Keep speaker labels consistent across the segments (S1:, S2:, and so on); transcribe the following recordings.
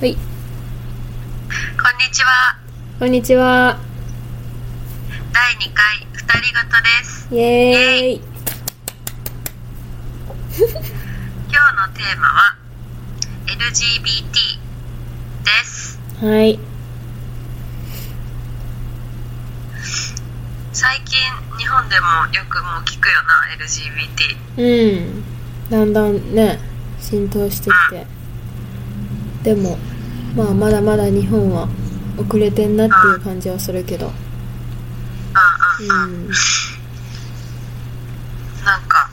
S1: はい、
S2: こんにちは。
S1: こんにちは。
S2: 第2回二人ごとです。
S1: イエーイ。
S2: 今日のテーマは LGBT です。
S1: はい。
S2: 最近日本でもよくもう聞くよな LGBT。
S1: うん。だんだんね、浸透してきて。でも、まあ、まだまだ日本は遅れてんなっていう感じはするけど。
S2: うんうんうん。
S1: うん。
S2: なんか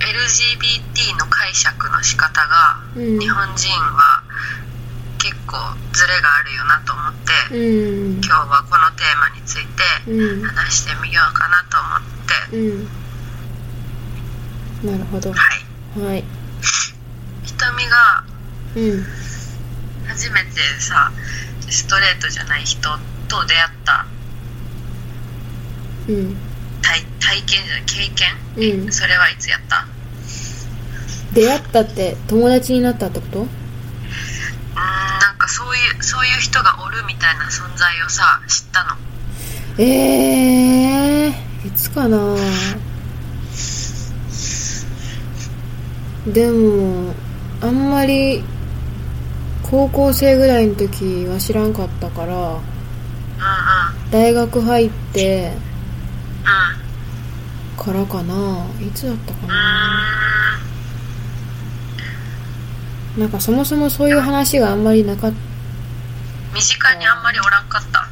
S2: LGBT の解釈の仕方が
S1: うん
S2: 日本人は結構ズレがあるよなと思って、
S1: うん。
S2: 今日はこのテーマについて
S1: うん。
S2: 話してみようかなと思って。
S1: うん。なるほど。
S2: はい。
S1: はい。
S2: 瞳が
S1: うん。
S2: 初めてさストレートじゃない人と出会った
S1: うん。
S2: 体体験じゃない経験、
S1: うん
S2: それはいつやった
S1: 出会ったって友達になったってこと
S2: うーんなんかそういうそういう人がおるみたいな存在をさ知ったの
S1: ええー、いつかなでもあんまり高校生ぐらいの時は知らんかったから
S2: う
S1: 大学入って
S2: んうんうん
S1: からかないつだったか
S2: う
S1: な
S2: ーん
S1: なんかそもそもそういう話があんまりなかっ
S2: 身近にあんまりおらんかった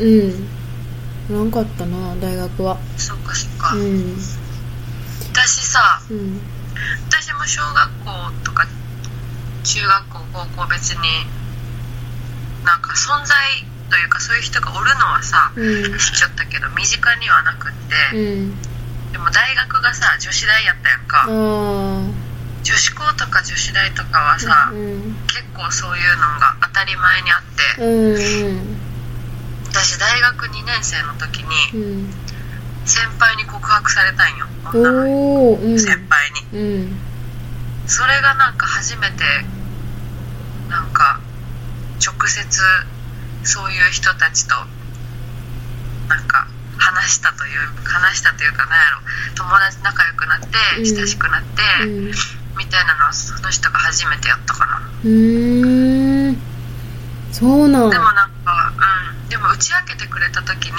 S1: うんなかったな大学は
S2: そっかそっか、
S1: うん
S2: 私さ
S1: うん
S2: 私も小学校とか中学校高校別になんか存在というかそういう人がおるのはさ、
S1: うん
S2: 知っちゃったけど身近にはなくって、
S1: うん
S2: でも大学がさ女子大やったやんか、
S1: あ
S2: 女子校とか女子大とかはさ、
S1: あうん
S2: 結構そういうのが当たり前にあって、
S1: うんうん
S2: 私大学2年生の時
S1: う
S2: に
S1: ん
S2: 先輩に告白されたんよ女の
S1: おおうん
S2: 先輩に、
S1: うん
S2: それがなんか初めてなんか直接そういう人たちとなんか話したという話したというかなんやろ友達仲良くなって
S1: うん
S2: 親しくなって、
S1: うん
S2: みたいなのはその人が初めてやったかな、
S1: うーんそうなん
S2: でもなんかうんでも打ち明けてくれた時に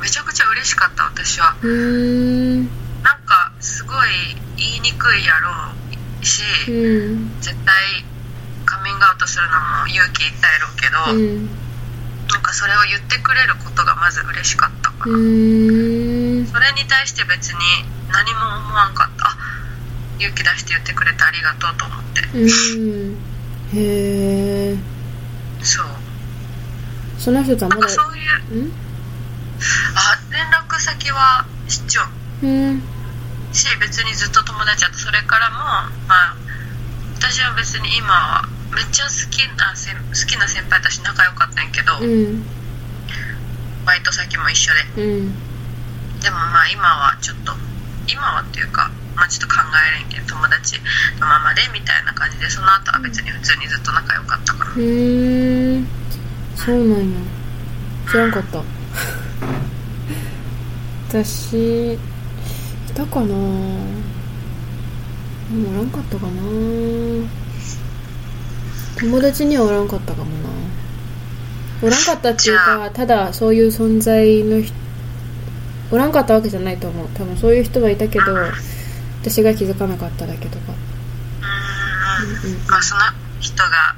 S2: めちゃくちゃ嬉しかった私は
S1: うーん
S2: なんかすごい言いにくいやろうし、
S1: うん
S2: 絶対カミングアウトするのも勇気いったやろうけ
S1: う
S2: ど、
S1: ん
S2: なんかそれを言ってくれることがまず嬉しかったか
S1: う
S2: な、
S1: ーん
S2: それに対して別に何も思わんかったあ勇気出して言ってくれてありがとうと思って
S1: うんへえ
S2: そう
S1: その人とは
S2: なん
S1: ま
S2: か
S1: だ
S2: そうい
S1: う
S2: う
S1: ん
S2: あ連絡先は知っちゃう
S1: うん
S2: し別にずっと友達だったそれからもまあ私は別に今はめっちゃ好きなせん好きな先輩たち仲良かったんやけど、
S1: うん
S2: バイト先も一緒で
S1: うん
S2: でもまあ今はちょっと今はっていうかまあちょっと考えれんけん友達のままでみたいな感じでその後は別に普通にずっと仲良かったから
S1: うーんそうなんや知らんかった 私いたかなでもおらんかったかな友達にはおらんかったかもなおらんかったっていう
S2: じゃ
S1: かただそういう存在の人おらんかったわけじゃないと思う多分そういう人はいたけど私が気づかなかっただけとか
S2: うーん
S1: うん
S2: まあその人が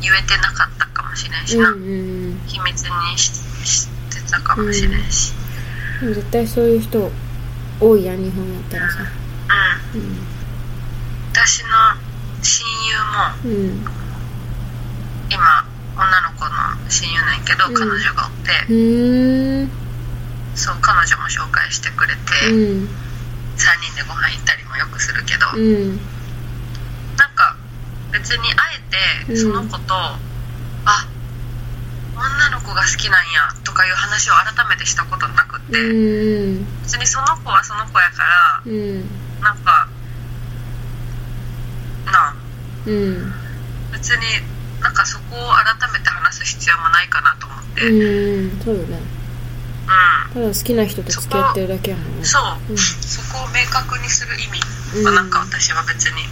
S2: 言えてなかったかもしれんしな、
S1: うんうん
S2: 秘密にししてたかもしれんし
S1: でも絶対そういう人多いやん日本やったらさ
S2: うん
S1: う
S2: 私の親友も
S1: んうん
S2: 今女の子の親友なんやけど、
S1: うん
S2: 彼女がおって、
S1: うーん
S2: そう彼女も紹介してくれて、
S1: うん
S2: 3人でご飯行ったりもよくするけど、
S1: うん
S2: なんか別にあえてその子と、あ女の子が好きなんやとかいう話を改めてしたことなくって、
S1: うん
S2: 別にその子はその子やから
S1: うん
S2: なんか
S1: うん
S2: 別になんかそこを改めて話す必要もないかなと思って、うん
S1: うんそうだねただ好きな人と付き合ってるだけやもんね
S2: そう、
S1: うん
S2: そこを明確にする意味
S1: う
S2: は
S1: ん
S2: なんか私は別に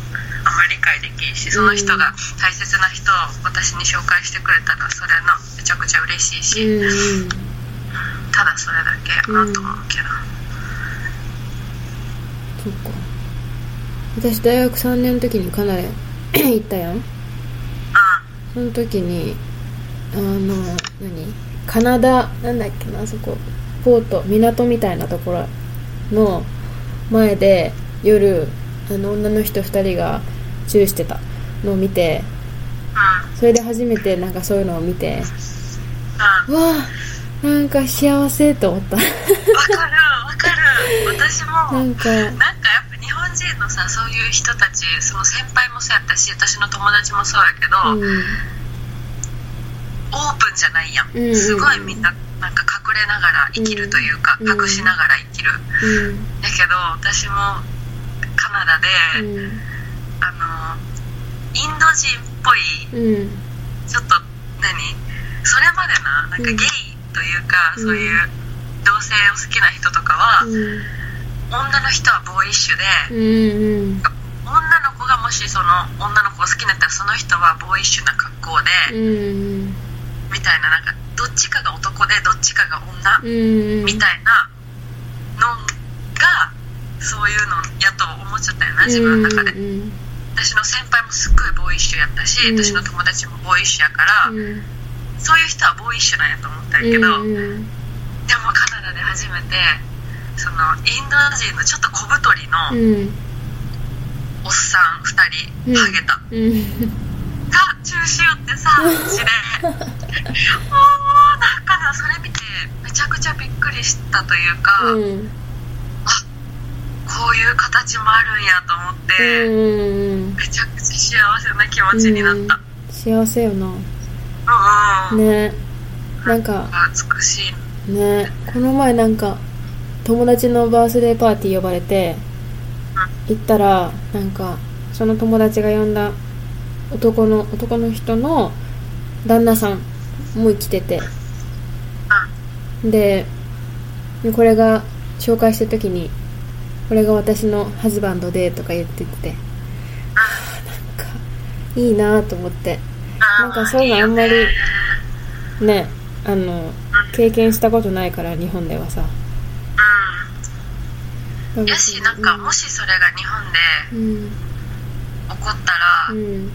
S2: あんまり理解できんし、その人が大切な人を私に紹介してくれたらそれなめちゃくちゃ嬉しいし、
S1: うんうん
S2: ただそれだけやなと思うけど、
S1: そっか私大学3年の時にカナダ行ったやん
S2: う
S1: その時にあの何カナダなんだっけなあそこポート港みたいなところの前で夜あの女の人2人がチューしてたのを見てそれで初めてなんかそういうのを見て
S2: んうんうん
S1: わあなんか幸せって思った
S2: わかるわかる私も
S1: なんか
S2: なんかやっぱ日本人のさそういう人たちその先輩もそうやったし私の友達もそうやけ
S1: う
S2: ど、
S1: ん
S2: オープンじゃないやん、
S1: うんうん
S2: すごいみんななんか隠れながら生きるというか、
S1: うん
S2: 隠しながら生きる
S1: う
S2: だけど私もカナダで、
S1: ん
S2: あのインド人っぽい
S1: うんうん
S2: ちょっと何それまでななんかゲイというか、
S1: うん
S2: そういう同性を好きな人とかは、女の人はボーイッシュで、
S1: うんうん
S2: 女の子がもしその女の子を好きになったらその人はボーイッシュな格好
S1: う
S2: で、
S1: ん
S2: みたいななんかどっちかが男でどっちかが
S1: う
S2: 女、
S1: ん
S2: みたいなのがそういうのやと思っちゃったよな自分の中で、
S1: うん
S2: 私の先輩もすっごいボーイッシュやったし、
S1: うん
S2: 私の友達もボーイッシュやか
S1: う
S2: ら、
S1: ん
S2: そういう人はボーイッシュなんやと思ったんやけ
S1: う
S2: ど、
S1: んうん
S2: でもカナダで初めてそのインド人のちょっと小太りの
S1: うん
S2: おっさん2
S1: う
S2: 人、
S1: ん
S2: ハゲた
S1: うん
S2: が中止よっ てさ知れもうなんかなそれ見てめちゃくちゃびっくりしたというか、こ
S1: うん
S2: ういう形もあるんやと思って、
S1: うん
S2: めちゃくちゃ幸せな気持ちになった、
S1: 幸せよな
S2: うんうん、
S1: ねなんか
S2: 美しい
S1: ねこの前なんか友達のバースデーパーティー呼ばれて行ったらなんかその友達が呼んだ男の男の人の旦那さんも生きててでこれが紹介した時に「これが私のハズバンドで」とか言っててはあなんかいいなと思って
S2: なん
S1: かそういうのあんまり
S2: うん
S1: ねあの経験したことないから日本ではさ
S2: うんやしなんかもしそれが日本で
S1: うん
S2: 起こったら、
S1: うん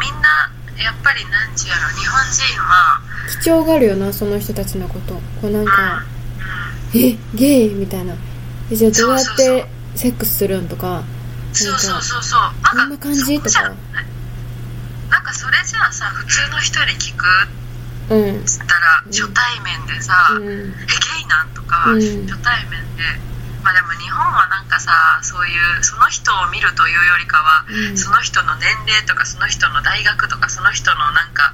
S2: みんなやっぱりなんちゅうやろ日本人は
S1: 貴重があるよなその人たちのことこうなんか「
S2: う
S1: えゲイ?」みたいな「えじゃあどうやっ
S2: そうそう
S1: て
S2: そう
S1: セックスするん?」とか
S2: んそうそうそうそう
S1: 「こ
S2: なんん
S1: な
S2: か
S1: 感じ?」
S2: そ
S1: と
S2: うじゃ
S1: か
S2: んなんかそれじゃあさ普通の人に聞く
S1: うん
S2: っつったら
S1: うん
S2: 初対面でさ
S1: う
S2: 「えゲ
S1: ん
S2: イなん?」とか、
S1: うん
S2: 初対面でまあでも日本はなんかさそういうその人を見るというよりかは、
S1: うん
S2: その人の年齢とかその人の大学とかその人のなんか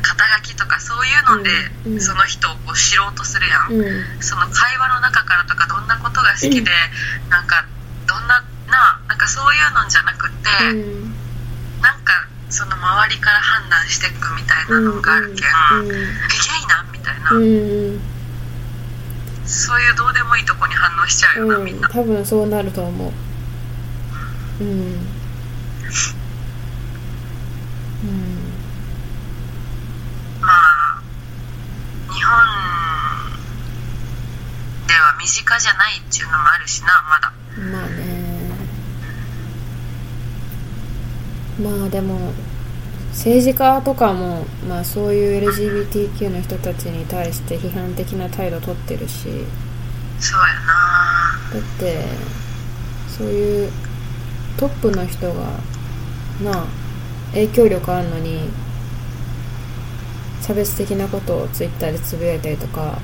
S2: 肩書きとかそういうので、
S1: うんうん
S2: その人をこう知ろうとするやん
S1: うん
S2: その会話の中からとかどんなことが好きで、なんかどんなななんかそういうのじゃなくて、
S1: うん
S2: なんかその周りから判断していくみたいなのがあるけん、
S1: うん
S2: えゲイなんみたいな、
S1: うん
S2: そういうどうでもいいとこに反応しちゃうよな、
S1: う
S2: みん
S1: ん
S2: な
S1: 多分そうなると思ううんうん
S2: まあ日本では身近じゃないっていうのもあるしなまだ
S1: まあねまあでも政治家とかも、まあ、そういう LGBTQ の人たちに対して批判的な態度を取ってるし
S2: そうやな
S1: だってそういうトップの人がなあ影響力あるのに差別的なことをツイッターでつぶやいたりとか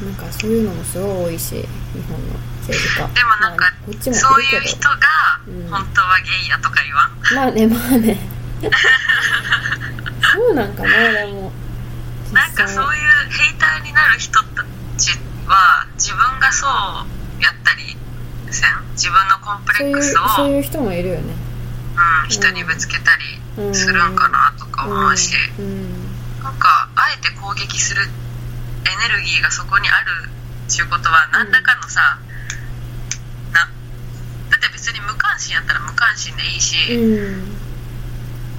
S2: う
S1: なんかそういうのもすごい多いし日本の政治家
S2: んでもなん
S1: ま
S2: か
S1: あこっちも
S2: そう
S1: い
S2: いう
S1: るけ
S2: 人
S1: ど
S2: が
S1: うん
S2: 本当はゲイやとか言わん
S1: まあねまあね そうなんかなでも
S2: なんかそういうヘイターになる人たちは自分がそうやったりせん自分のコンプ
S1: そう
S2: レ
S1: い
S2: ッ
S1: う
S2: クス
S1: そう
S2: を
S1: いう人もいるよね
S2: うん、人にぶつけたりするんかなとか思うし、
S1: うん
S2: なんかあえて攻撃するエネルギーがそこにあるっていうことは何らかのさ、なだって別に無関心やったら無関心でいいし、
S1: うんうん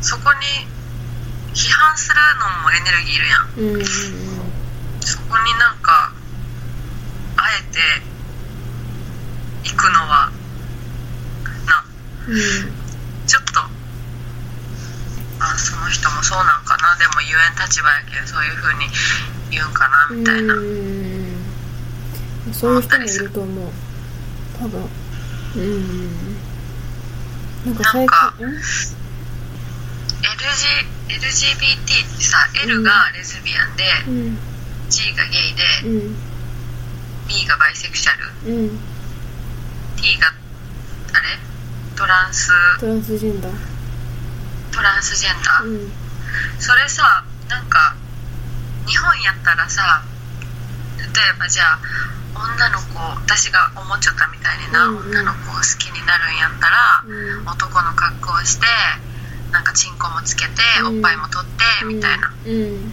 S2: そこに批判するのもエネルギーいるやん
S1: うんうん
S2: そこになんかあえて行くのはなちょっとあその人もそうなんかなでも言えん立場やけどそういう風に言うんかな
S1: う
S2: みたい
S1: ん
S2: な、
S1: うんそういう人もいると思う多分うんなんか最近ん
S2: LG LGBT ってさ L がレズビアンで、
S1: うん、
S2: G がゲイで、
S1: うん、
S2: B がバイセクシャル
S1: うん、
S2: T があれトランス
S1: トランスジェンダー。
S2: トランスジェンダー、
S1: うん、
S2: それさなんか日本やったらさ例えばじゃあ女の子私が思っちゃったみたいにな、
S1: うんうん
S2: 女の子を好きになるんやったら、
S1: うん
S2: 男の格好をしてなんかチンコもつけて、
S1: うん
S2: おっぱいも取ってみたいな、。
S1: うん、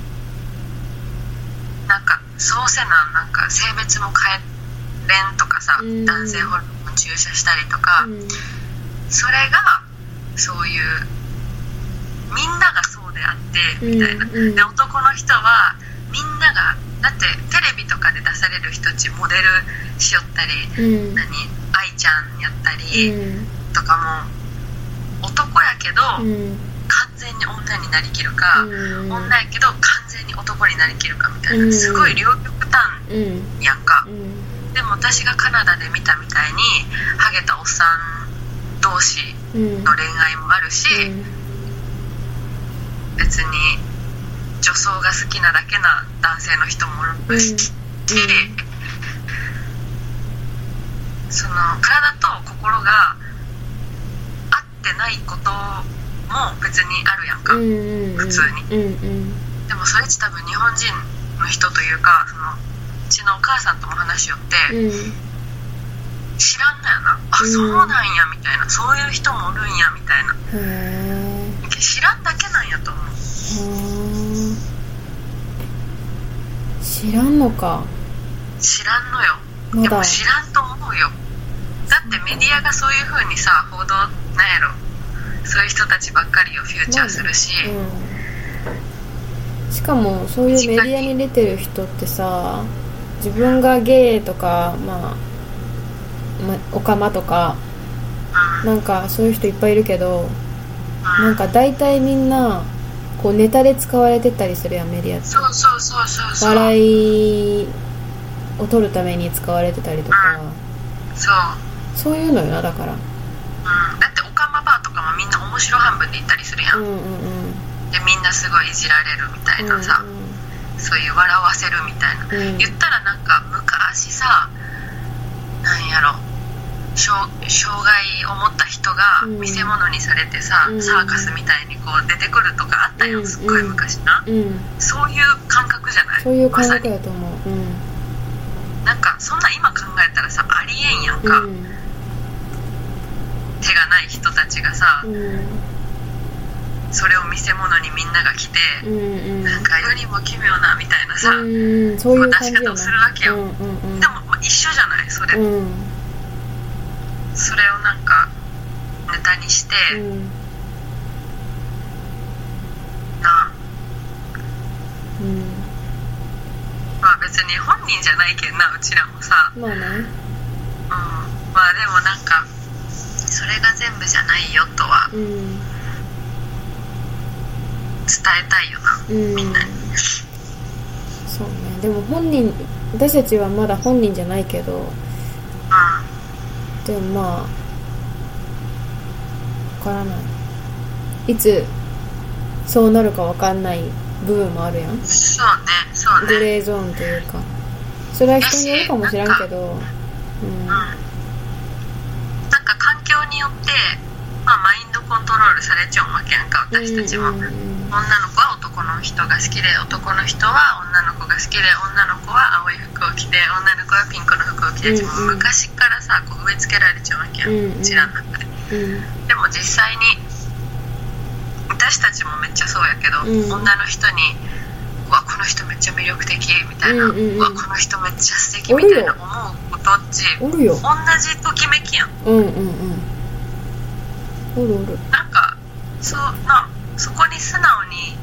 S2: なんかそうせななんか性別も変えれんとかさ、
S1: うん
S2: 男性ホルモン注射したりとか、
S1: うん、
S2: それがそういうみんながそうであってみたいな、
S1: うんうん
S2: で男の人はみんながだってテレビとかで出される人たちモデルしよったり、
S1: うん、
S2: 何愛ちゃんやった
S1: う
S2: り
S1: ん、
S2: とかも男やけど、
S1: うん、
S2: 完全に女になりきるか、
S1: うん
S2: 女やけど完全に男になりきるかみたいな、
S1: うん
S2: すごい両極端
S1: うん、
S2: やんか、
S1: うん、
S2: でも私がカナダで見たみたいにハゲたおっさん同士
S1: うん、
S2: の恋愛もあるし、別に女装が好きなだけな男性の人もおるし、その体と心が合ってないことも別にあるやんか、
S1: うん、うん、
S2: でもそれって多分日本人の人というかそのうちのお母さんとも話しよって、
S1: うん、
S2: 知らんのやなあ、
S1: うん
S2: そうなんやみたいなそういう人もおるんやみたいな
S1: へえ。
S2: 知らんだけなんやと思う
S1: 知らんのか。
S2: 知らんのよ
S1: ま
S2: でも
S1: だ。
S2: 知らんと思うよだってメディアがそういう風にさ報道なんやろそういう人たちばっかりをフューチャーするし、
S1: うん、しかもそういうメディアに出てる人ってさ自分がゲイとかまあまあオカマとかなんかそういう人いっぱいいるけどなんか大体みんなこうネタで使われてたりするやんメディアって
S2: そうそうそうそうそう
S1: 笑いを取るために使われてたりとか
S2: そう、
S1: そういうのよなだから
S2: うん、だってオカマバーとかもみんな面白半分で行ったりするや、
S1: うんんうんうん
S2: でみんなすごいいじられるみたいなさ、
S1: う
S2: そういう笑わせるみたいな、
S1: うん
S2: 言ったらなんか昔さなんやろ障障害を持った人が
S1: うん
S2: 見せ物にされてさ、
S1: うん
S2: サーカスみたいにこう出てくるとかあったよ、
S1: うん
S2: すっごい昔な、
S1: んうん
S2: そういう感覚じゃない
S1: そういう感覚
S2: ま
S1: だと思う
S2: さになんかそんな今考えたらさありえんやん
S1: う
S2: か、
S1: んうん
S2: 手がない人たちがさ、
S1: うん
S2: それを見せ物にみんなが来て、
S1: うんうん
S2: なんか世にも奇妙なみたいなさ、
S1: うんそういう感じよ
S2: 出し方をするわけよ
S1: うんうんうん
S2: でもまあ一緒じゃないそれ、
S1: うん
S2: それをなんかネタにして、
S1: うん
S2: な
S1: うん
S2: まあ別に本人じゃないけんなうちらもさ、
S1: まあね
S2: うん、まあでもなんかそれが全部じゃないよとは
S1: うん
S2: 伝えたいよな
S1: うん
S2: みんなに
S1: そうねでも本人私たちはまだ本人じゃないけど
S2: う
S1: でもまあわからないいつそうなるかわかんない部分もあるやん
S2: んそうねそう
S1: グ
S2: ね
S1: レーゾーンというかそれは人によるかもしらんけど
S2: うんなんか環境によって、まあ、マインドコントロールされちゃうわけやんか私たちも、
S1: うんうんうん
S2: 女の子は男の人が好きで男の人は女の子が好きで女の子は青い服を着て女の子はピンクの服を着て、
S1: うんうん
S2: もう昔からさこう植え付けられちゃうわけやん、
S1: うんうん
S2: うちらの中で。
S1: うん
S2: でも実際に私たちもめっちゃそうやけど、
S1: うん
S2: 女の人に「うわこの人めっちゃ魅力的」みたいな
S1: う
S2: 「
S1: んうんうん
S2: わこの人めっちゃ素敵みたいな
S1: おる
S2: 思うことっち
S1: おるよ
S2: 同じときめきやん
S1: うんうんうんおるおる
S2: なんかそうなそこに素直に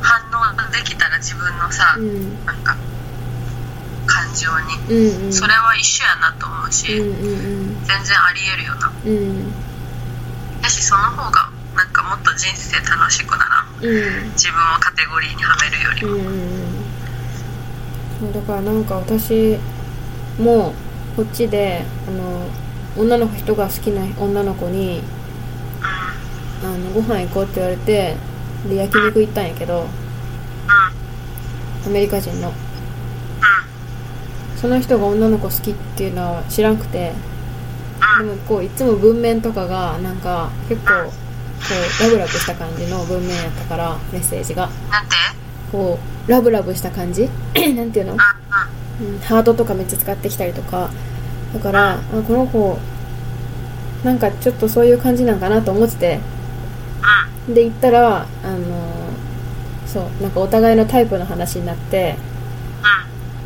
S2: 反応できたら自分のさ、
S1: うん
S2: なんか感情に、
S1: うんうん
S2: それは一緒やなと思うし、
S1: うんうん
S2: 全然ありえるよな
S1: うんうん
S2: だしその方がなんかもっと人生楽しくならん
S1: うん
S2: 自分をカテゴリーにはめるより
S1: う
S2: も、
S1: んうんそうだからなんか私もこっちであの女の人が好きな女の子にあのご飯行こうって言われてで焼肉行ったんやけどアメリカ人のその人が女の子好きっていうのは知らんくてでもこういつも文面とかがなんか結構こうラブラブした感じの文面やったからメッセージが
S2: なんて
S1: こうラブラブした感じ なんていうの
S2: うん、うん
S1: うんハートとかめっちゃ使ってきたりとかだからあこの子なんかちょっとそういう感じなんかなと思っててで行ったらあのそうなんかお互いのタイプの話になって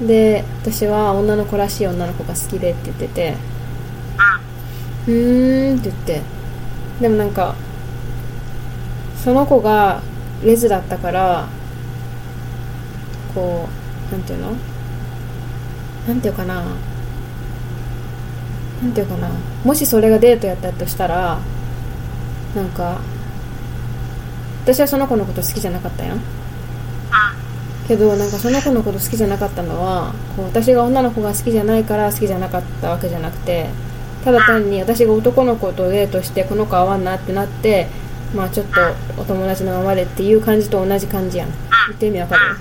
S1: で私は女の子らしい女の子が好きでって言っててうーんって言ってでもなんかその子がレズだったからこうなんていうのなんていうかななんていうかなもしそれがデートやったとしたらなんか私はその子のこと好きじゃなかったやんけどなんかその子のこと好きじゃなかったのはこう私が女の子が好きじゃないから好きじゃなかったわけじゃなくてただ単に私が男の子とデートしてこの子合わんなってなってまあちょっとお友達のままでっていう感じと同じ感じやん言ってる意味わかる
S2: わ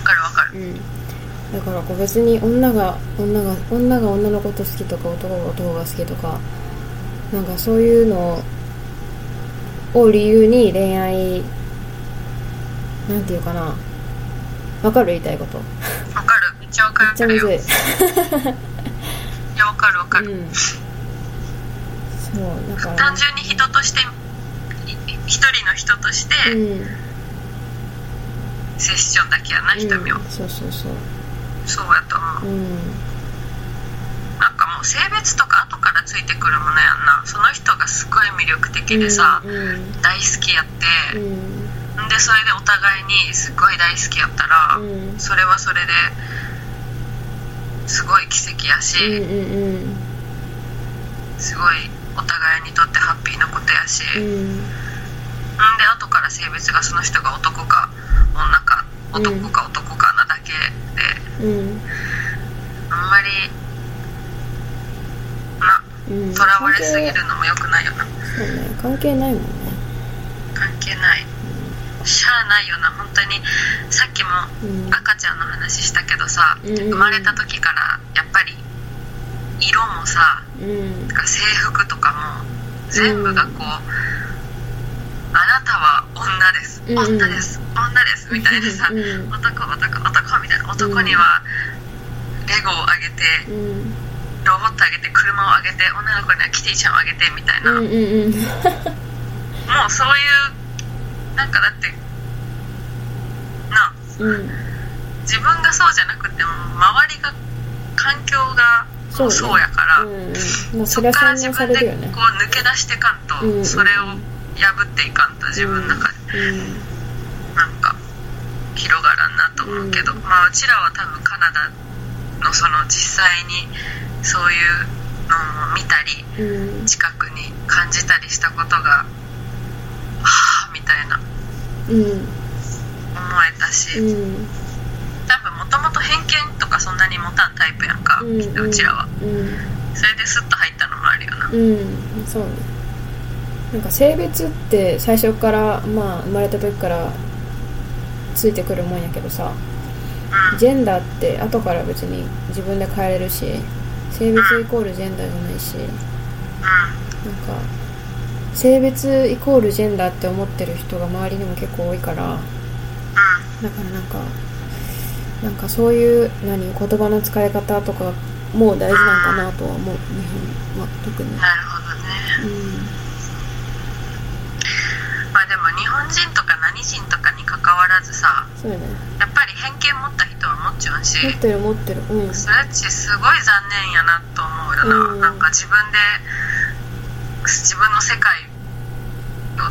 S2: かるわかる
S1: うんだからこう別に女が女が女が女のこと好きとか男が男が好きとかなんかそういうのを理由に恋愛なんていうかなわかる言いたいこと
S2: わかるめっちゃわか
S1: めっちゃむ
S2: るよ
S1: ずい
S2: いやわかるわかる、
S1: うん、そうだから
S2: 単純に人としてい一人の人として
S1: うん、
S2: セッションだけやな、瞳を
S1: うん、そうそうそう
S2: そうやと思
S1: う
S2: う
S1: ん
S2: なんかもう性別とか後からついてくるものやんなその人がすごい魅力的でさ、
S1: うん
S2: 大好きやって、
S1: うん
S2: ん、でそれでお互いにすごい大好きやったら、
S1: うんうん
S2: それはそれですごい奇跡やし、
S1: うん
S2: すごいお互いにとってハッピーなことやし、、
S1: うん
S2: で
S1: ん
S2: 後から性別がその人が男か女か
S1: うん
S2: 男か男かなだけで、
S1: うん
S2: あんまりな
S1: うん
S2: とらわれすぎるのも良くないよな
S1: そうね関係ないもんね
S2: 関係ないしゃあないよな本当にさっきも
S1: うん
S2: 赤ちゃんの話したけどさ、
S1: うんうんうん
S2: 生まれた時からやっぱり色もさ
S1: うん
S2: なんか制服とかも全部がこう、あなたは女です、
S1: うんうん
S2: 女です女ですみたいなさ、
S1: うん
S2: 男男男みたいな男にはレゴをあげて
S1: うん
S2: ロボットあげて車をあげて女の子にはキティちゃんをあげてみたいな、
S1: うんうんうん
S2: もうそういうなんかだってなあ
S1: うん
S2: 自分がそうじゃなくても周りが環境が
S1: そうね
S2: そうやから
S1: うんうんまあ
S2: そ
S1: そ
S2: っ
S1: れは
S2: から
S1: 洗
S2: 自
S1: 脳さ
S2: 分
S1: れ
S2: で
S1: る
S2: こ
S1: よね
S2: う抜け出していかんと、
S1: うんうんうん
S2: それを破っていかんと自分の中でなんか広がらんなと思うけど、
S1: うん
S2: まあうちらは多分カナダのその実際にそういうのを見たり
S1: うんうん
S2: 近くに感じたりしたことがはあみたいな
S1: うん
S2: 思えたし、
S1: うん
S2: 多分もともと偏見とかそんなに持たんタイプやんか、
S1: うん
S2: きっとうちらは。
S1: うん
S2: それでスッと入ったのもあるよな
S1: うんそうねなんか性別って最初からまあ生まれた時からついてくるもんやけどさジェンダーって後から別に自分で変えれるし性別イコールジェンダーじゃないし
S2: う
S1: なんか性別イコールジェンダーって思ってる人が周りにも結構多いからだからなんかなんかそういう何言葉の使い方とかも大事なんかなとは思う日本は特に
S2: んなるほどね
S1: う
S2: まあでも人とか何人とかに関わらずさ
S1: そうやね
S2: やっぱり偏見持った人は持っちゃうし
S1: 持ってる持ってるうん
S2: それっちすごい残念やなと思うよな、
S1: うん
S2: なんか自分で自分の世界を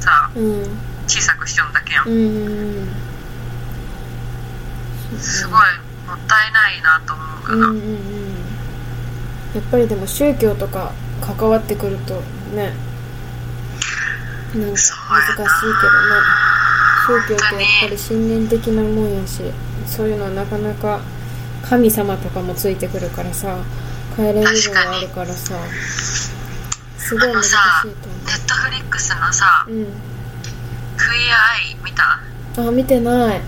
S2: さ
S1: うん
S2: 小さくしちゃうんだけやん、
S1: うん
S2: すごいもったいないなと思うか
S1: う
S2: ら、
S1: んうんうんやっぱりでも宗教とか関わってくるとねなんか難しいけどね宗教ってやっぱり信念的なもんやしそういうのはなかなか神様とかもついてくるからさ帰れるのがあるからさすごい
S2: あ
S1: 難
S2: の
S1: し
S2: さ
S1: いと
S2: ネットフリックスのさ
S1: 思う
S2: 「クイアアイ」見た
S1: うんあ見てない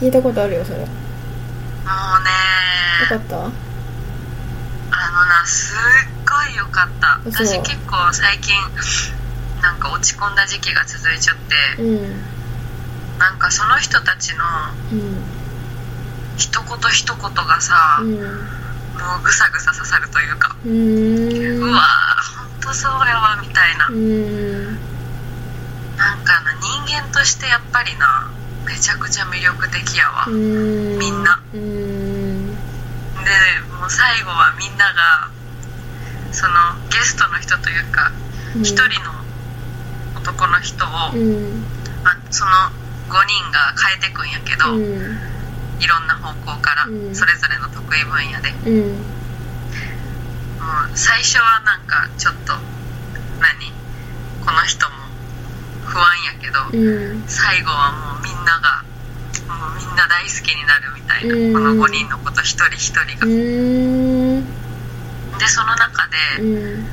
S1: 聞いたことあるよそれよ
S2: もうね
S1: かった
S2: あのなすっごいよかった
S1: 嘘
S2: 私結構最近なんか落ち込んだ時期が続いちゃって
S1: うん
S2: なんかその人たちの
S1: うん
S2: 一言一言がさ、
S1: うん
S2: もうぐさぐさ刺さるというか、
S1: う
S2: う
S1: ーん
S2: わーほんとそうやわみたいな、
S1: うん
S2: なんかな人間としてやっぱりなめちゃくちゃ魅力的やわ、
S1: うー
S2: みんな
S1: うーん
S2: でもう最後はみんながそのゲストの人というか一、人の男の人を、
S1: うん
S2: まあ、その5人が変えてくんやけど、
S1: うん
S2: いろんな方向から
S1: うん
S2: それぞれの得意分野で、
S1: うん
S2: もう最初はなんかちょっと何この人も不安やけど、
S1: うん
S2: 最後はもうみんながもうみんな大好きになるみたいな、
S1: うん
S2: この5人のこと一人一人
S1: う
S2: が、
S1: ーん
S2: でその中
S1: う
S2: で、
S1: ん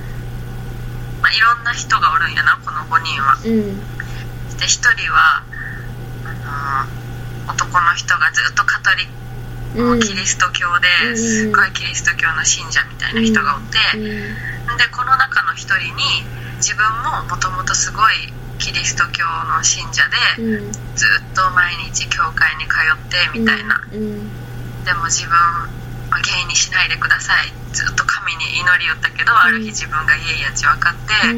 S2: まあ、いろんな人がおるんやなこの5人は
S1: うん
S2: で1人はあの男の人がずっとカトリック
S1: うん
S2: キリスト教
S1: うん
S2: ですっごいキリスト教の信者みたいな人がおって、でこの中の一人に自分ももともとすごいキリスト教の信者
S1: う
S2: で
S1: んうん
S2: ずっと毎日教会に通ってみたいな、
S1: うん
S2: でも自分はゲイにしないでくださいずっと神に祈りよったけど、ある日自分がゲイやち分かっ
S1: う
S2: て、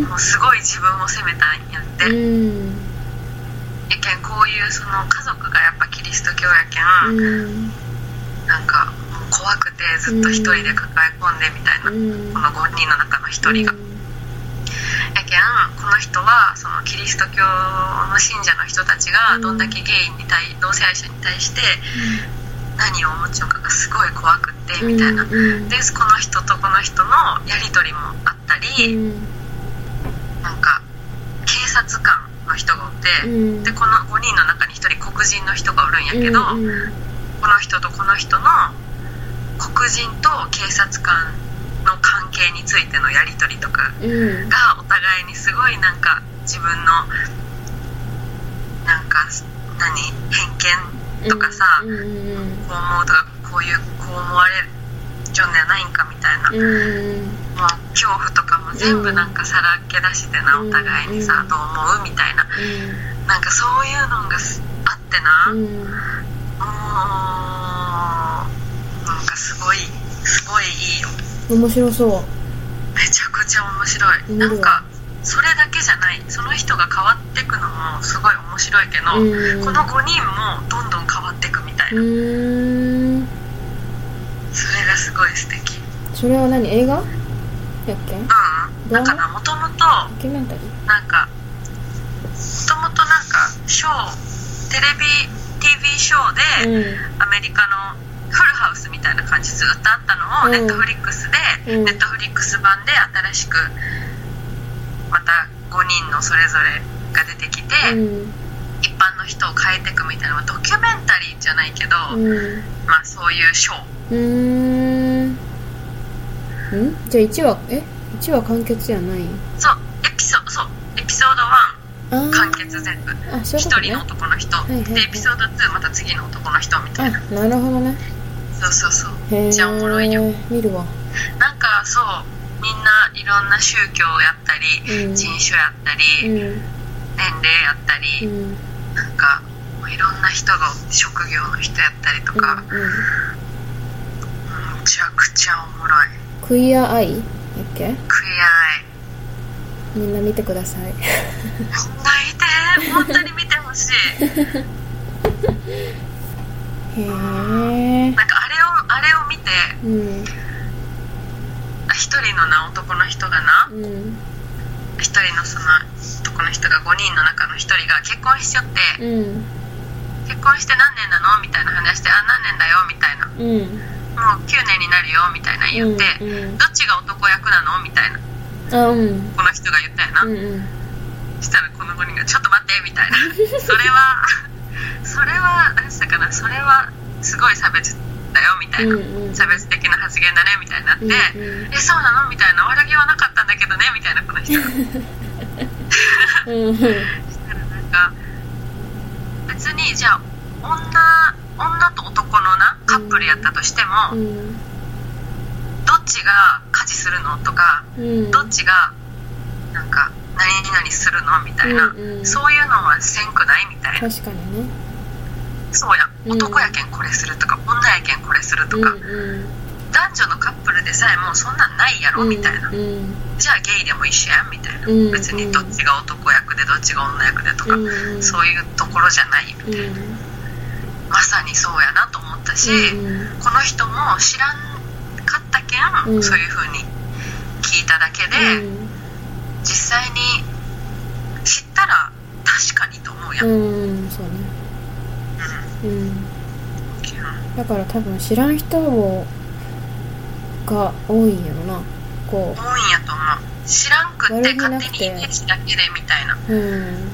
S1: ん
S2: もうすごい自分を責めたんやって、
S1: う
S2: や
S1: ん
S2: けんこういうその家族がやっぱキリスト教やけ、
S1: うんん
S2: なんかもう怖くてずっと一人で抱え込んでみたいな、
S1: うん
S2: この5人の中の一人が。やけんこの人はそのキリスト教の信者の人たちがどんだけゲイに対同性愛者に対して何を思っちゃうかがすごい怖くってみたいな、
S1: うん
S2: で
S1: うん
S2: この人とこの人のやり取りもあった
S1: う
S2: り、
S1: ん
S2: なんか警察官の人がおって、
S1: うん
S2: でこの5人の中に1人黒人の人がおるんやけど、
S1: うん
S2: この人とこの人の黒人と警察官の関係についてのやり取りとか
S1: うん
S2: がお互いにすごいなんか自分のなんか何偏見とかさ、
S1: うんうん
S2: こう思うとかこういうこう思われちゃうんじゃないんかみたいな、
S1: うん
S2: まあ、恐怖とかも全部なんかさらけ出してな、
S1: うん
S2: お互いにさ、
S1: うん
S2: どう思うみたいななんかそういうのがすあってな、
S1: う
S2: もうんなんかすごいすごいいいよ
S1: 面白そう
S2: めちゃくちゃ面白い
S1: 見る
S2: な
S1: わ
S2: んかそれだけじゃないその人が変わってくのもすごい面白いけど、
S1: うん
S2: この5人もどんどん変わってくみたいうな、
S1: ーん
S2: それがすごい素敵う
S1: それは何映画やっけ
S2: んなんかなもともと
S1: ドキュメンタリ
S2: なんかもともとなんかショーテレビ TV ショーで、
S1: ー
S2: アメリカのフルハウスみたいな感じずっとあったのを、
S1: うん
S2: ネットフリックスで、
S1: うん
S2: ネットフリックス版で新しくまた5人のそれぞれが出てきて、
S1: うんうん
S2: 一般の人を変えていくみたいなまあドキュメンタリーじゃないけど、
S1: うん
S2: まあそういうショー
S1: うーんんじゃあ1話え1話完結じゃない
S2: そうエピソードそうエピソード
S1: あー
S2: 1完結全部
S1: あそうい
S2: 一
S1: うこと
S2: 人
S1: ね
S2: の男の人、
S1: いはいはい
S2: でエピソード2また次の男の人みたいな
S1: あなるほどね
S2: そうそうそう
S1: へえ
S2: じゃあおもろいよ
S1: 見るわ
S2: なんかそうみんないろんな宗教をやったり、
S1: うん
S2: 人種やった
S1: う
S2: り、
S1: ん
S2: 年齢やった
S1: う
S2: り、
S1: ん
S2: なんかもういろんな人が職業の人やったりと
S1: うん
S2: か、
S1: うん
S2: むちゃくちゃおもろい
S1: クイアアイやっけ
S2: クイアアイ
S1: みんな見てくださ い
S2: 泣いて本当に見てほしい
S1: へえ
S2: なんかあれをあれを見て
S1: うん
S2: あ一人のな男の人がな
S1: うん
S2: 一人のその男の人が5人の中の一人が結婚しちゃって
S1: うん
S2: 結婚して何年なのみたいな話してあ何年だよみたいな
S1: うん
S2: もう9年になるよみたいな言って、
S1: うん
S2: どっちが男役なのみたいな
S1: あうん
S2: この人が言ったよな、
S1: うんうん
S2: したらこの5人が「ちょっと待って」みたいな それは それは何したかなそれはすごい差別だよみたいな、
S1: うんうん
S2: 差別的な発言だねみたいになって
S1: う
S2: 「
S1: ん
S2: えそうなの?」みたいな悪気はなかったんだけどねみたいなこの人なん
S1: うん
S2: か別にじゃあ女女と男のなカップルやったとしても、
S1: うん
S2: どっちが家事するのとか
S1: うん
S2: どっちがなんか何々するのみたいな、
S1: うんうん
S2: そういうのはせんくないみたいな
S1: 確かにね
S2: そうや
S1: うん
S2: ん男やけんこれするとか、女やけんこれするとか、
S1: うん
S2: 男女のカップルでさえもうそんなんないやろ
S1: うん
S2: みたいな、
S1: うん
S2: じゃあゲイでも一緒やんみたいな、
S1: うん
S2: 別にどっちが男役でどっちが女役でとか、
S1: うん
S2: そういうところじゃない
S1: うんうん
S2: まさにそうやなと思ったし、
S1: うん
S2: この人も知らんかったけん、
S1: うん
S2: そういう風に聞いただけで、実際に知ったら確かにと思うやん、
S1: う
S2: うん
S1: んうんそうねうんだから多分知らん人をが多いんやろなこ
S2: 多いんやと思う知らんくっ
S1: 悪
S2: て
S1: 気な
S2: 勝
S1: くて
S2: 手にイメージだけでみたいな
S1: ううん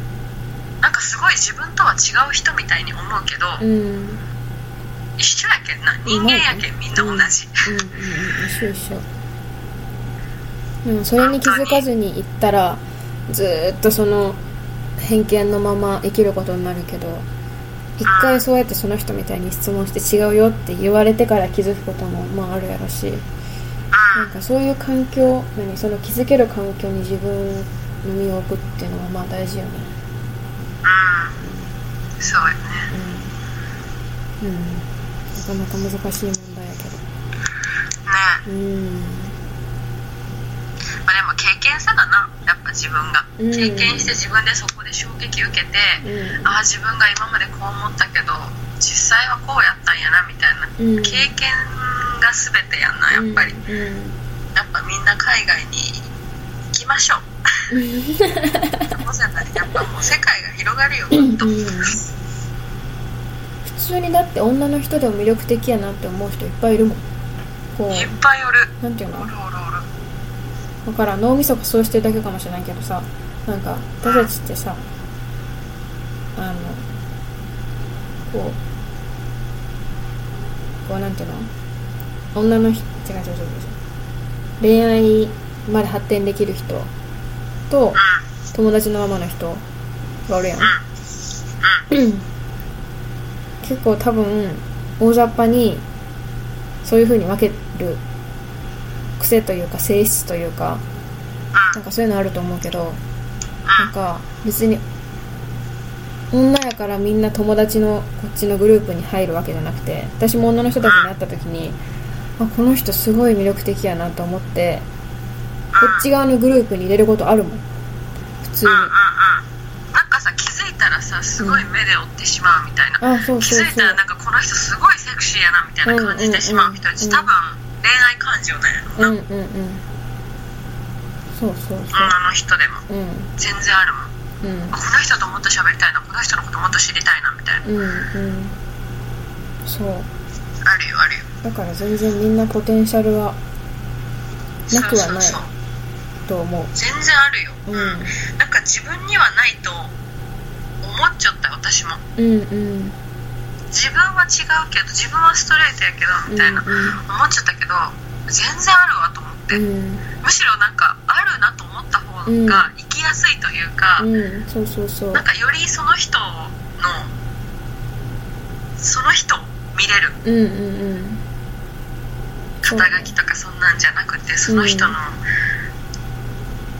S2: なんかすごい自分とは違う人みたいに思うけど、
S1: うんうん
S2: 一緒やけんな人間やけんみんな
S1: う
S2: 同じ、
S1: ん一緒一緒でもそれに気づかずに行ったらずーっとその偏見のまま生きることになるけど一回そうやってその人みたいに質問して違うよって言われてから気づくこともまああるやろしなんかそういう環境何その気づける環境に自分の身を置くっていうのはまあ大事よね
S2: うんそうよね
S1: うん、うん、なかなか難しい問題やけ
S2: ね
S1: どうん
S2: まあ、でも経験差だなやっぱ自分が、
S1: うん
S2: 経験して自分でそこで衝撃受けて、
S1: うん
S2: ああ自分が今までこう思ったけど実際はこうやったんやなみたいな、
S1: うん
S2: 経験が全てやんなやっぱり、
S1: うん
S2: やっぱみんな海外に行きま しょうそうじゃないやっぱもう世界が広がるよもっと
S1: う
S2: うんん、
S1: 普通にだって女の人でも魅力的やなって思う人いっぱいいるもんこ
S2: いっ
S1: う
S2: ぱいおる
S1: なんていうの
S2: おるおるおる
S1: だからん脳みそがそうしてるだけかもしれないけどさなんか私たちってさあのこうこうなんていうの女の人違う違う違う違う恋愛まで発展できる人と友達のままの人がおるやん結構多分大雑把にそういう風に分ける癖というか性質というかなんかそういうのあると思うけどなんか別に女やからみんな友達のこっちのグループに入るわけじゃなくて私も女の人たちに会った時にあこの人すごい魅力的やなと思ってこっち側のグループに入れることあるもん普通
S2: う
S1: に
S2: んうんうんなんかさ気づいたらさすごい目で追ってしまうみたいな、
S1: あそう
S2: 気
S1: そう
S2: づい
S1: そ
S2: たら
S1: う
S2: なんかこの人すごいセクシーやなみたいな感じてしまう人たち、
S1: うんうんう
S2: 多
S1: ん
S2: 分恋愛感情なんやろ
S1: うん
S2: な、
S1: うんうんそうそうそ
S2: 女の人でも
S1: ううん
S2: 全然あるもん
S1: うん
S2: あこの人ともっと喋りたいなこの人のこともっと知りたいなみたいな
S1: うんうんそう
S2: あるよあるよ
S1: だから全然みんなポテンシャルはなくは
S2: そう
S1: ない
S2: そうそう
S1: と思う
S2: 全然あるよ、
S1: うん
S2: なんか自分にはないと思っちゃったよ私も
S1: うんうん
S2: 自分は違うけど自分はストレートやけどみたいな、
S1: う
S2: 思っちゃったけど全然あるわと思って、
S1: うん
S2: むしろなんかあるなと思った方が生きやすいというか、
S1: うんそうそうそう
S2: なんかよりその人のその人を見れる
S1: うんうんうんそう
S2: 肩書きとかそんなんじゃなくてその人の、
S1: うん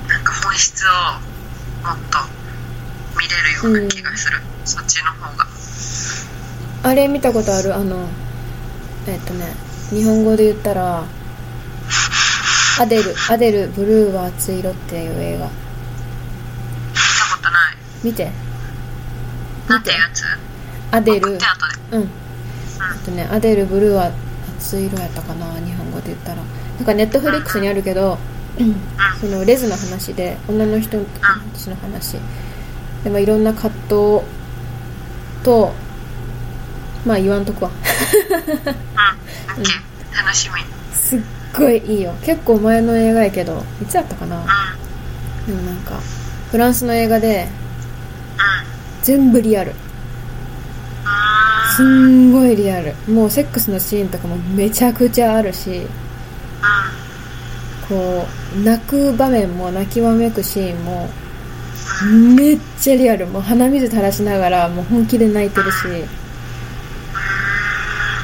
S2: なんか本質をもっと見れるような気がする、そっちの方が
S1: あれ見たことあるあのえっとね日本語で言った らアデルアデルブルーは熱い色っていう映画見て
S2: なんてやつ
S1: アデ
S2: 送
S1: ル
S2: って後で
S1: うんあとねアデルブルーは夏色やったかな日本語で言ったらなんかネットフリックスにあるけどそのレズの話で女の人たちの話でもいろんな葛藤とまあ言わんとこは
S2: うんうんオッケー楽しみうん
S1: すっごいいいよ結構前の映画やけどいつやったかなでもなんかフランスの映画で全部リアルす
S2: うんうん
S1: んごいリアルもうセックスのシーンとかもめちゃくちゃあるしこう泣く場面も泣きわめくシーンもめっちゃリアルもう鼻水垂らしながらもう本気で泣いてるし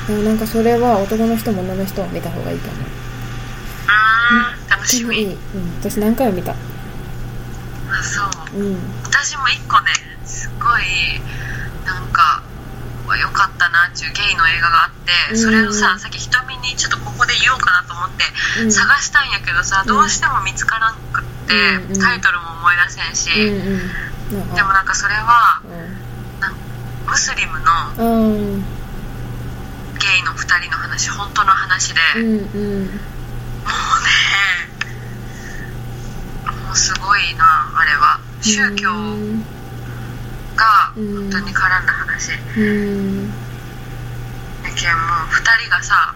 S1: でもなんかそれは男の人も女の人も見た方がいいと思う
S2: うん楽し
S1: いい、う
S2: み
S1: ん、私何回も見た
S2: あそう
S1: うん
S2: 私も一個ねすごいなんかわ良かったなっていうゲイの映画があってそれを
S1: うん
S2: ささっき瞳にちょっとここで言おうかなと思って
S1: うん
S2: 探したんやけどさ
S1: うん
S2: どうしても見つからんく
S1: うん
S2: っ
S1: うん
S2: てタイトルも思い出せん
S1: うん
S2: し
S1: うん
S2: でもなんかそれはムスリムの
S1: うんうん
S2: ゲイの2人の話本当の話で
S1: う
S2: もう
S1: う
S2: ん
S1: ん
S2: ねもうすごいなあれは宗教
S1: うん
S2: が
S1: うん
S2: 本当に絡んだ話や
S1: うん
S2: けんもう2人がさ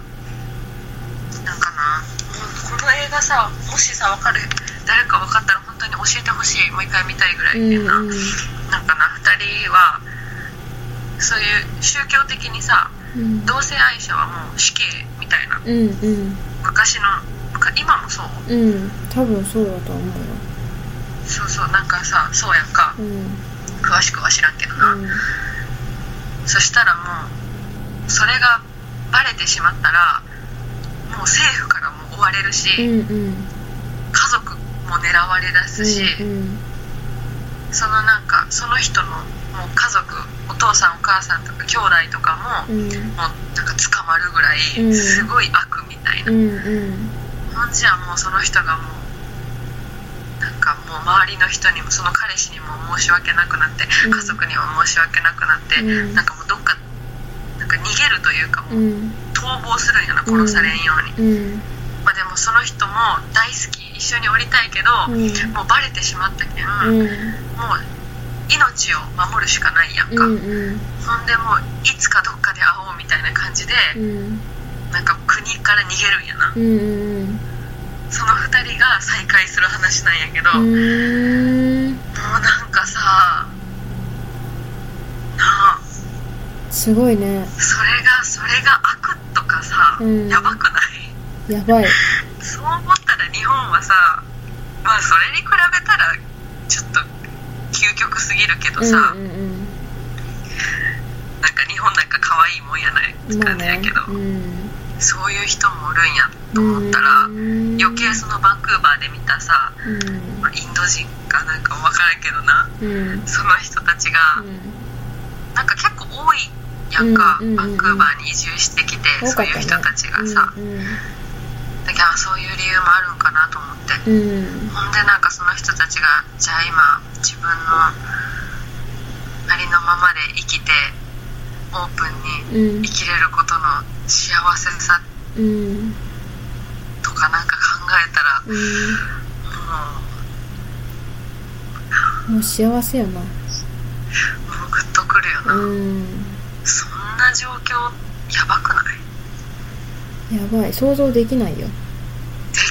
S2: なんかなもうこの映画さもしさ分かる誰か分かったら本当に教えてほしいもう一回見たいぐらいやな、
S1: うん
S2: なんかな2人はそういう宗教的にさ
S1: うん
S2: 同性愛者はもう死刑みたいな
S1: うんうん
S2: 昔の昔今もそう
S1: うん多分そうだと思うよ
S2: そうそうなんかさそうやんか
S1: うん
S2: 詳しくは知らんけどな、
S1: うん
S2: そしたらもうそれがバレてしまったらもう政府からも追われるし、
S1: うんうん
S2: 家族も狙われだすし、
S1: うん
S2: そのなんかその人のもう家族お父さんお母さんとか兄弟とかも、
S1: うん
S2: もうなんか捕まるぐら
S1: うん
S2: いすごい悪みたいな、
S1: うんうん
S2: ほんじゃもうその人がもうなんかもう周りの人にもその彼氏にも申し訳なくなって、
S1: うん
S2: 家族にも申し訳なくなって、
S1: うん
S2: なんかもうどっかなんか逃げるというか
S1: う
S2: もうん逃亡するんやな、
S1: うん
S2: 殺されんように、
S1: うん
S2: まあ、でもその人も大好き一緒におりたいけど、
S1: うん
S2: もうバレてしまったけん、
S1: う
S2: もうん命を守るしかないやん
S1: う
S2: か、
S1: んうん
S2: ほんでもういつかどっかで会おうみたいな感じで、
S1: うん
S2: なんか国から逃げるんやな
S1: うんうん
S2: その2人が再会する話なんやけど、もう
S1: うん
S2: なんかさなあ
S1: すごいね
S2: それがそれが悪とかさ、
S1: うん
S2: やばくない
S1: やばい
S2: そう思ったら日本はさまあそれに比べたらちょっと究極すぎるけど
S1: うん
S2: さ、
S1: うん
S2: なんか日本なんか可愛いもんやないっ
S1: う
S2: て
S1: んまあ
S2: 感じや
S1: ね
S2: けど、
S1: うん
S2: そういう人もおるんやと思ったら、
S1: うん
S2: 余計そのバンクーバーで見たさ
S1: う
S2: インド人かなんかわからんけどなん
S1: うん
S2: その人たちが、なんか結構多いやんか、
S1: うんうんうんうん
S2: バンクーバーに移住してきて、
S1: 多
S2: そ
S1: か
S2: う
S1: っ
S2: い
S1: た
S2: う
S1: ね
S2: 人たちがさ、
S1: うん
S2: だからそういう理由もあるんかなと思って、
S1: うん
S2: ほんでなんかその人たちがじゃあ今自分のありのままで生きてオープ
S1: うん
S2: ン
S1: うん
S2: に生きれることの幸せさ
S1: うん
S2: とかなんか考えたら
S1: う
S2: も
S1: んもう幸せやな
S2: うもうグッとくるよな、
S1: うん
S2: そんな状況やばくない
S1: やばい想像できないよ
S2: で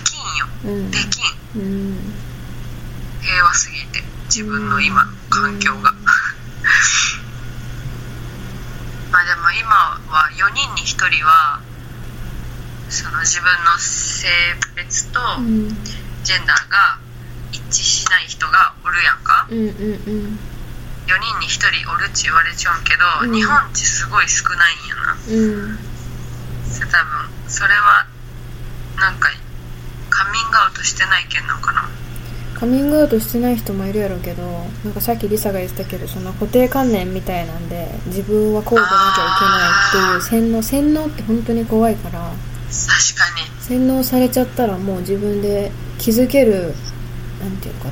S2: きんよ
S1: うん
S2: できん
S1: うん
S2: 平和すぎて自分の今環 境がまあでも今は4人に1人はその自分の性別と
S1: うん
S2: ジェンダーが一致しない人がおるやんか
S1: うんうん
S2: 4人に1人おるっち言われちゃうんけど、
S1: うん
S2: 日本ってすごい少ないんやな
S1: うんうん
S2: それ多分それはなんかカミングアウトしてないけんなんかな
S1: カミングアウトしてない人もいるやろうけどなんかさっきリサが言ってたけどその固定観念みたいなんで自分はこうでなきゃいけないっていう洗脳洗脳って本当に怖いから
S2: 確かに
S1: 洗脳されちゃったらもう自分で気づけるなんていうかな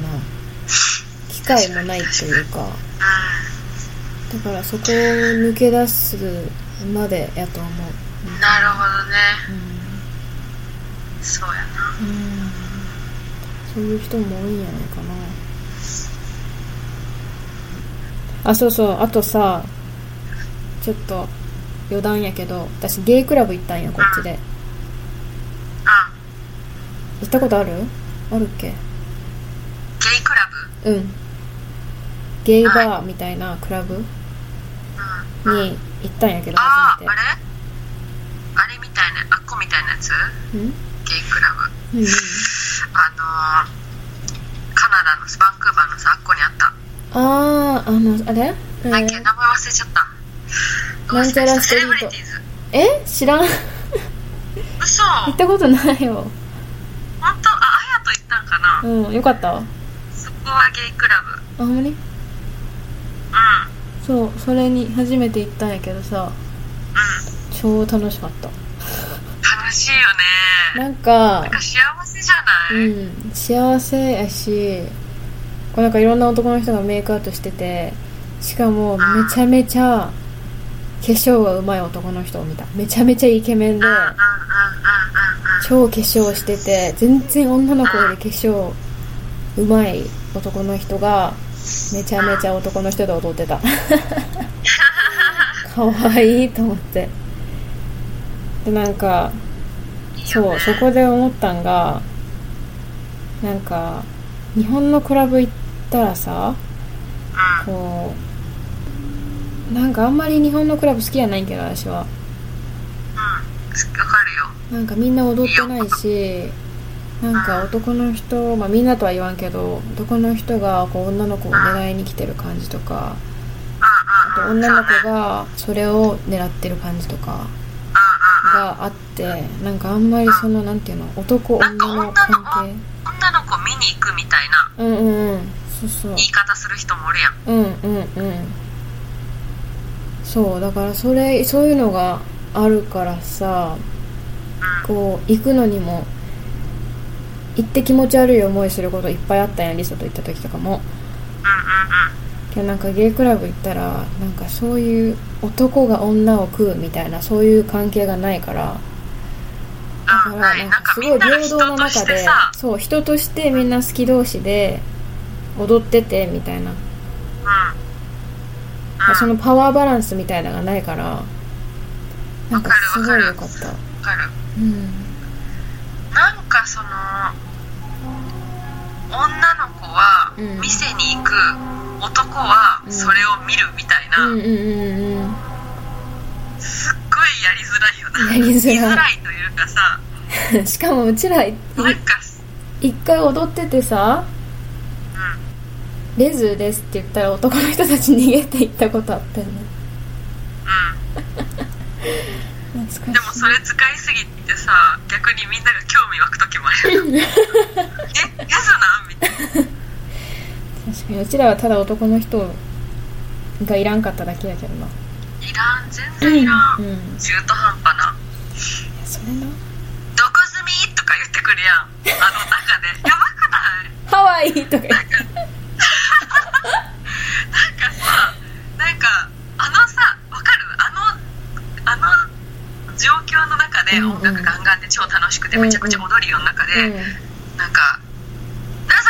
S1: き機会もないというかだからそこを抜け出すまでやと思う、
S2: うん、なるほどね
S1: う
S2: そうやなん
S1: うん、そういう人も多いんじゃないかなあそうそうあとさちょっと余談やけど私ゲイクラブ行ったんやこっちで
S2: あ
S1: 行ったことあるあるっけ
S2: ゲイクラブ
S1: うんゲイバーみたいなクラブに
S2: うんうん
S1: 行ったんやけど
S2: ああ
S1: 初
S2: あ
S1: め
S2: れ
S1: て
S2: あれみたいなあっこみたいなやつ
S1: うん
S2: ゲイクラブ
S1: うんうん
S2: あのーカナダのバンクーバーのさあっこにあった
S1: あああのあれ、え
S2: なんけ
S1: ー
S2: 名前忘れちゃったどう
S1: なんちゃらスト
S2: セ
S1: リ
S2: レ
S1: ート
S2: ブリティーズ
S1: え知らん 行
S2: 嘘
S1: っ
S2: 本
S1: たことないよ
S2: 当ああやと行ったんかな、
S1: うんよかったあ
S2: そこはゲイクラ
S1: ほ
S2: ブ
S1: んまに
S2: う
S1: そうそれに初めて行ったんやけどさ
S2: んうん
S1: 超楽しかった
S2: 楽しいよね
S1: なんか
S2: なんか幸せじゃ
S1: う
S2: ない、
S1: ん幸せやしこうなんかいろんな男の人がメイクアウトしててしかもめちゃめちゃ化粧がうまい男の人を見ためちゃめちゃイケメンで
S2: うんうんうんうんうんうん
S1: 超化粧してて全然女の子より化粧うまい男の人がめちゃめちゃ男の人で踊ってたかわいいと思ってでなんか
S2: いいよ
S1: そ
S2: ね
S1: うそこで思ったんがなんか日本のクラブ行ったらさ
S2: うん
S1: こうなんかあんまり日本のクラブ好きじゃないんけど私は
S2: うんわかる
S1: な
S2: よ
S1: んかみんな踊ってないしなんか男の人、まあ、みんなとは言わんけど男の人がこう女の子を狙いに来てる感じとかあと
S2: うんうんうん
S1: 女の
S2: そうね
S1: 子がそれを狙ってる感じとか
S2: うんうんうん
S1: があってなんかあんまりそのなんていうの男女の関係
S2: 女の子見に行くみたいな
S1: うんうんうんそうそう
S2: 言い方する人もおるやん
S1: うんうんうんそうだからそれそういうのがあるからさこう行くのにも行って気持ち悪い思いすることいっぱいあったんやリサと行った時とかも
S2: うんうんうん
S1: けどなんかゲイクラブ行ったらなんかそういう男が女を食うみたいなそういう関係がないからだか
S2: うん
S1: ら
S2: は
S1: なんか
S2: い、なんか
S1: す
S2: み
S1: ご
S2: ん
S1: い
S2: なが
S1: 平
S2: 人
S1: 等の
S2: とし
S1: 中
S2: て
S1: で
S2: さ、
S1: そう人としてみんな好き同士で踊っててみたいな
S2: うん、うん、
S1: そのパワーバランスみたいなのがないからなんかすごい良かった
S2: わかる
S1: うん
S2: なんかその女の子は
S1: うん
S2: 店に行く、男はそれを見るみたいな、
S1: うんうんうんうん
S2: すっごいやりづらいよな
S1: やりづらい
S2: いいというかさ
S1: うんしかもうちらい
S2: なんか
S1: 一回踊っててさ「
S2: う
S1: レズです」って言ったら男の人たち逃げて行ったことあったよね
S2: んう
S1: 懐
S2: ん
S1: か
S2: で
S1: しい
S2: もそれ使いすぎてさ逆にみんなが興味湧く時もある えやずなんみたいな
S1: 確かにうちらはただ男の人がいらんかっただけやけどない
S2: らん全然いらん、
S1: うんい
S2: 中途半端な
S1: やそれな
S2: 「どこ住み?」とか言ってくるやんあの中 でやばくない
S1: ハワイとか言って
S2: なんかさなんかあのさわかるあのあの状況の中で
S1: うんうん
S2: 音楽ガンガンで超楽しくてめちゃくちゃ踊るような中で、なんか「何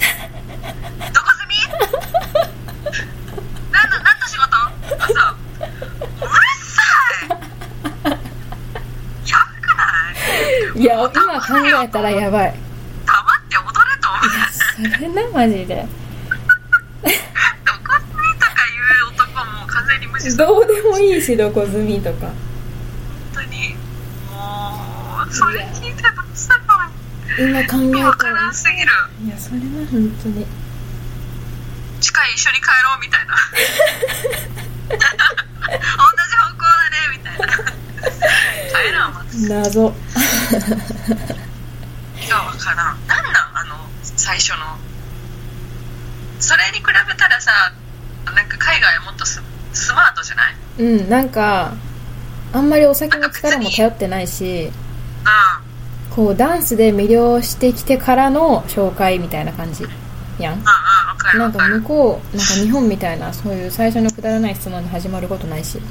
S2: 歳 どこ住み?」「何の何の仕事?」あさうるさいやばくない
S1: うんいや今考えたらやばい
S2: 黙って踊れと思う
S1: それなマジで
S2: どこ住みとか言う男も完全に無視する
S1: どうでもいいしどこ住みとか
S2: 本当にもうそれ聞いてどうしたの
S1: 今考
S2: 意味わ
S1: え
S2: か
S1: た
S2: ら
S1: ら
S2: んすぎる
S1: いやそれは本当に
S2: 近い一緒に帰ろう みたいな同じ方向だねみたいな帰らんわ
S1: 謎
S2: 意味がわからんなんなんあの最初のそれに比べたらさなんか海外はもっとススマートじゃない
S1: うんなんかあんまりお酒の力も頼ってないし
S2: うん
S1: こうダンスで魅了してきてからの紹介みたいな感じやん
S2: うんうんわかる
S1: なんか
S2: わか
S1: 向
S2: る
S1: こうなんか日本みたいなそういう最初のくだらない質問で始まることないし
S2: 本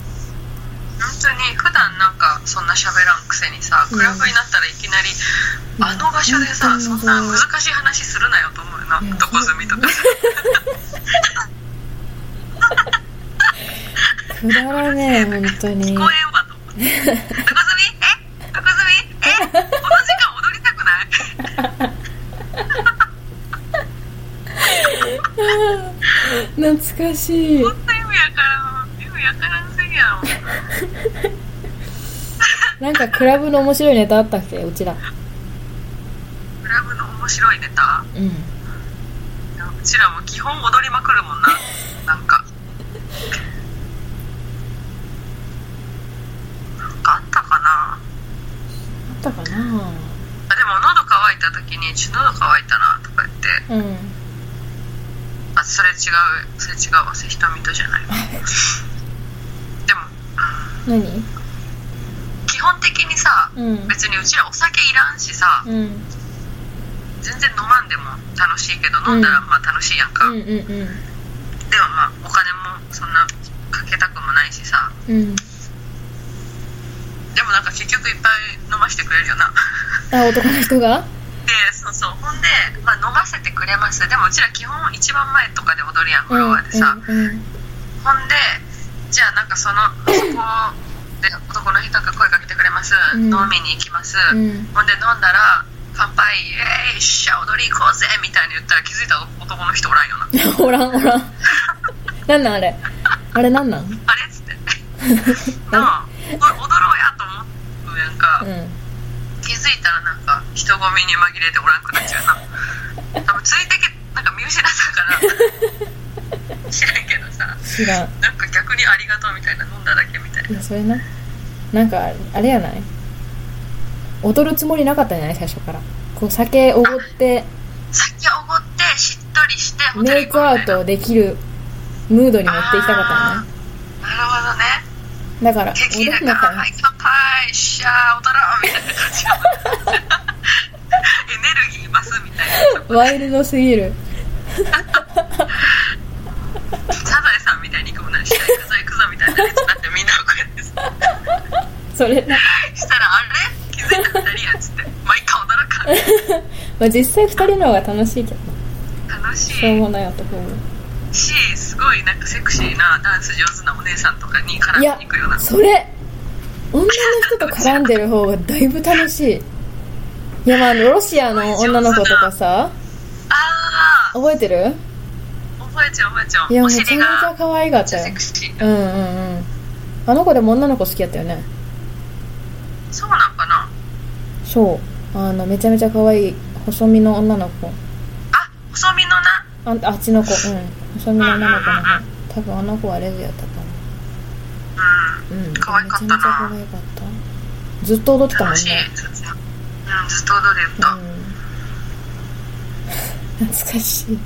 S2: 当に普段なんかそんな喋らんくせにさ
S1: うん
S2: クラブになったらいきなり、
S1: うん
S2: あの場所でさ、
S1: 本当
S2: そ
S1: に
S2: んな難しい話するなよと思うよない
S1: や
S2: どこ住みとか
S1: くだらねえ本当に
S2: 聞こえんわと思ってどこ住みえどこ住みえこの時間踊りたくない
S1: 懐かしい
S2: 本当意味やからん意味やからんすぎやろ
S1: なんかクラブの面白いネタあったっけうちら
S2: クラブの面白いネタ
S1: うん
S2: うちらも基本踊りまくるもんななんかなんかあったか
S1: あ
S2: な
S1: ったかな
S2: あでも喉乾いた時に「ちょ喉乾いたな」とか言っ
S1: う
S2: て
S1: ん
S2: 「あそれ違うそれ違うわせひとみとじゃないわ」でも、う
S1: 何
S2: ん、基本的にさ
S1: うん
S2: 別にうちらお酒いらんしさ
S1: うんうん
S2: 全然飲まんでも楽しいけど飲んだらまあ楽しいやんか、
S1: うんうん
S2: でもまあお金もそんなかけたくもないしさ
S1: うん
S2: でもなんか結局いっぱい飲ませてくれるよな
S1: あ男の人が
S2: でそうそうほんで、まあ、飲ませてくれますでもうちら基本一番前とかで踊るやんフロアでさ、
S1: うんうん
S2: ほんでじゃあなんかそのそこで男の人が声かけてくれます、
S1: うん
S2: 飲みに行きます、
S1: うんうん
S2: ほんで飲んだら乾杯イエーイっしゃ踊り行こうぜみたいに言ったら気づいたら男の人おらんよな
S1: おらんおらんなんなんあれあれなんなんうん
S2: あれっつって なあ踊ろうやと思うやんか、気づいたらなんか人混みに紛れておらんくなっちゃ うな多分ついてけなんか見失ったから知らんけどさ
S1: 知らん
S2: なんか逆にありがとうみたいな飲んだだけみたいない
S1: やそれななんかあれやない踊るつもりなかったんじゃない最初からこう酒おごって
S2: 酒おごってしっとりしてホテ
S1: メ
S2: ル
S1: イ
S2: 行
S1: ク
S2: こう
S1: ア
S2: み
S1: ウ
S2: たいな
S1: トできるムードに持っていきたかったんや
S2: あーなるほどね
S1: なだから
S2: テキー
S1: 踊
S2: ラ
S1: んな
S2: か
S1: から
S2: はい乾杯しゃー踊ろ うみたいな感じのエネルギー増すみたいな
S1: ワイルドすぎる
S2: サザエさんみたいに行くもんなし行くぞ行くぞみたいなやつになってみんなこうやってさ
S1: それな、
S2: したらあれ気づいたら二人やっつって毎回驚かん
S1: まあ、実際2人の方が楽しいけどな
S2: 楽し
S1: しょう
S2: い
S1: もない男も
S2: しすごいなんかセクシーなダンス上手なお姉さんとかに絡
S1: い
S2: み
S1: や
S2: に行くような
S1: それ女の人と絡んでる方がだいぶ楽しいいやまああのロシアの女の子とかさ
S2: あ
S1: 覚えてる
S2: ー覚えちゃう覚えちゃ
S1: いうや
S2: お
S1: めちゃめち
S2: 尻
S1: ゃ
S2: が
S1: 可愛かったよ
S2: セクシー
S1: うんうんうんあの子でも女の子好きやったよね
S2: そうなんかな
S1: そうあのめちゃめちゃ可愛い細身の女の子
S2: あ細身のな
S1: あんあっちの子うん細身の女の子の方多分あの子はレズやったと思
S2: う
S1: ううん
S2: 可愛かったな
S1: めちゃめちゃ可愛かったずっと踊って
S2: ん
S1: たもんね
S2: 楽しいずっとうんずっと踊れると
S1: うん懐かしい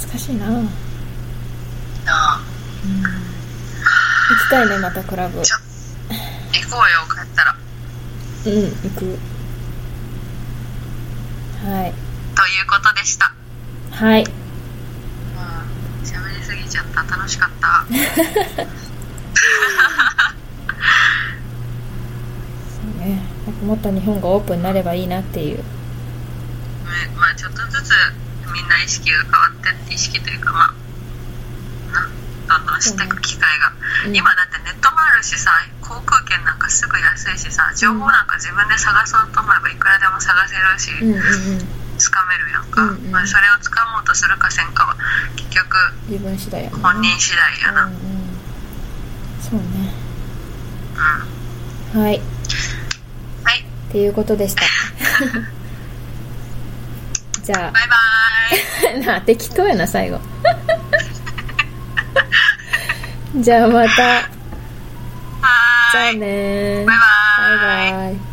S1: 懐かしいな、うん、行
S2: なあ
S1: きたいねまたクラブうん
S2: ちょ行こうよ帰ったら
S1: 行くはい
S2: ということでした
S1: はい
S2: うん喋りすぎちゃった楽しかった
S1: そうねなんかもっと日本がオープンになればいいなっていう
S2: うんまあちょっとずつみんな意識が変わって意識というかまあなどんどん知っていく機会が、
S1: うん
S2: 今だってネットもあるしさ航空券なんかすぐ安いしさ情報なんか自分で探そうと思えばいくらでも探せるし、
S1: うんうんうん
S2: つかめるやんか、
S1: うんうん
S2: まあ、それをつかもうとするかせんかは結局
S1: 自分次第やな
S2: 本人次第やな、
S1: うんうんそうねはいっ
S2: はい
S1: ていうことでした じゃあ
S2: バイバーイ
S1: な適当やな最後 じゃあまた
S2: は
S1: じゃ
S2: ー
S1: あ
S2: い
S1: ねー
S2: バイバーイ
S1: バイバイ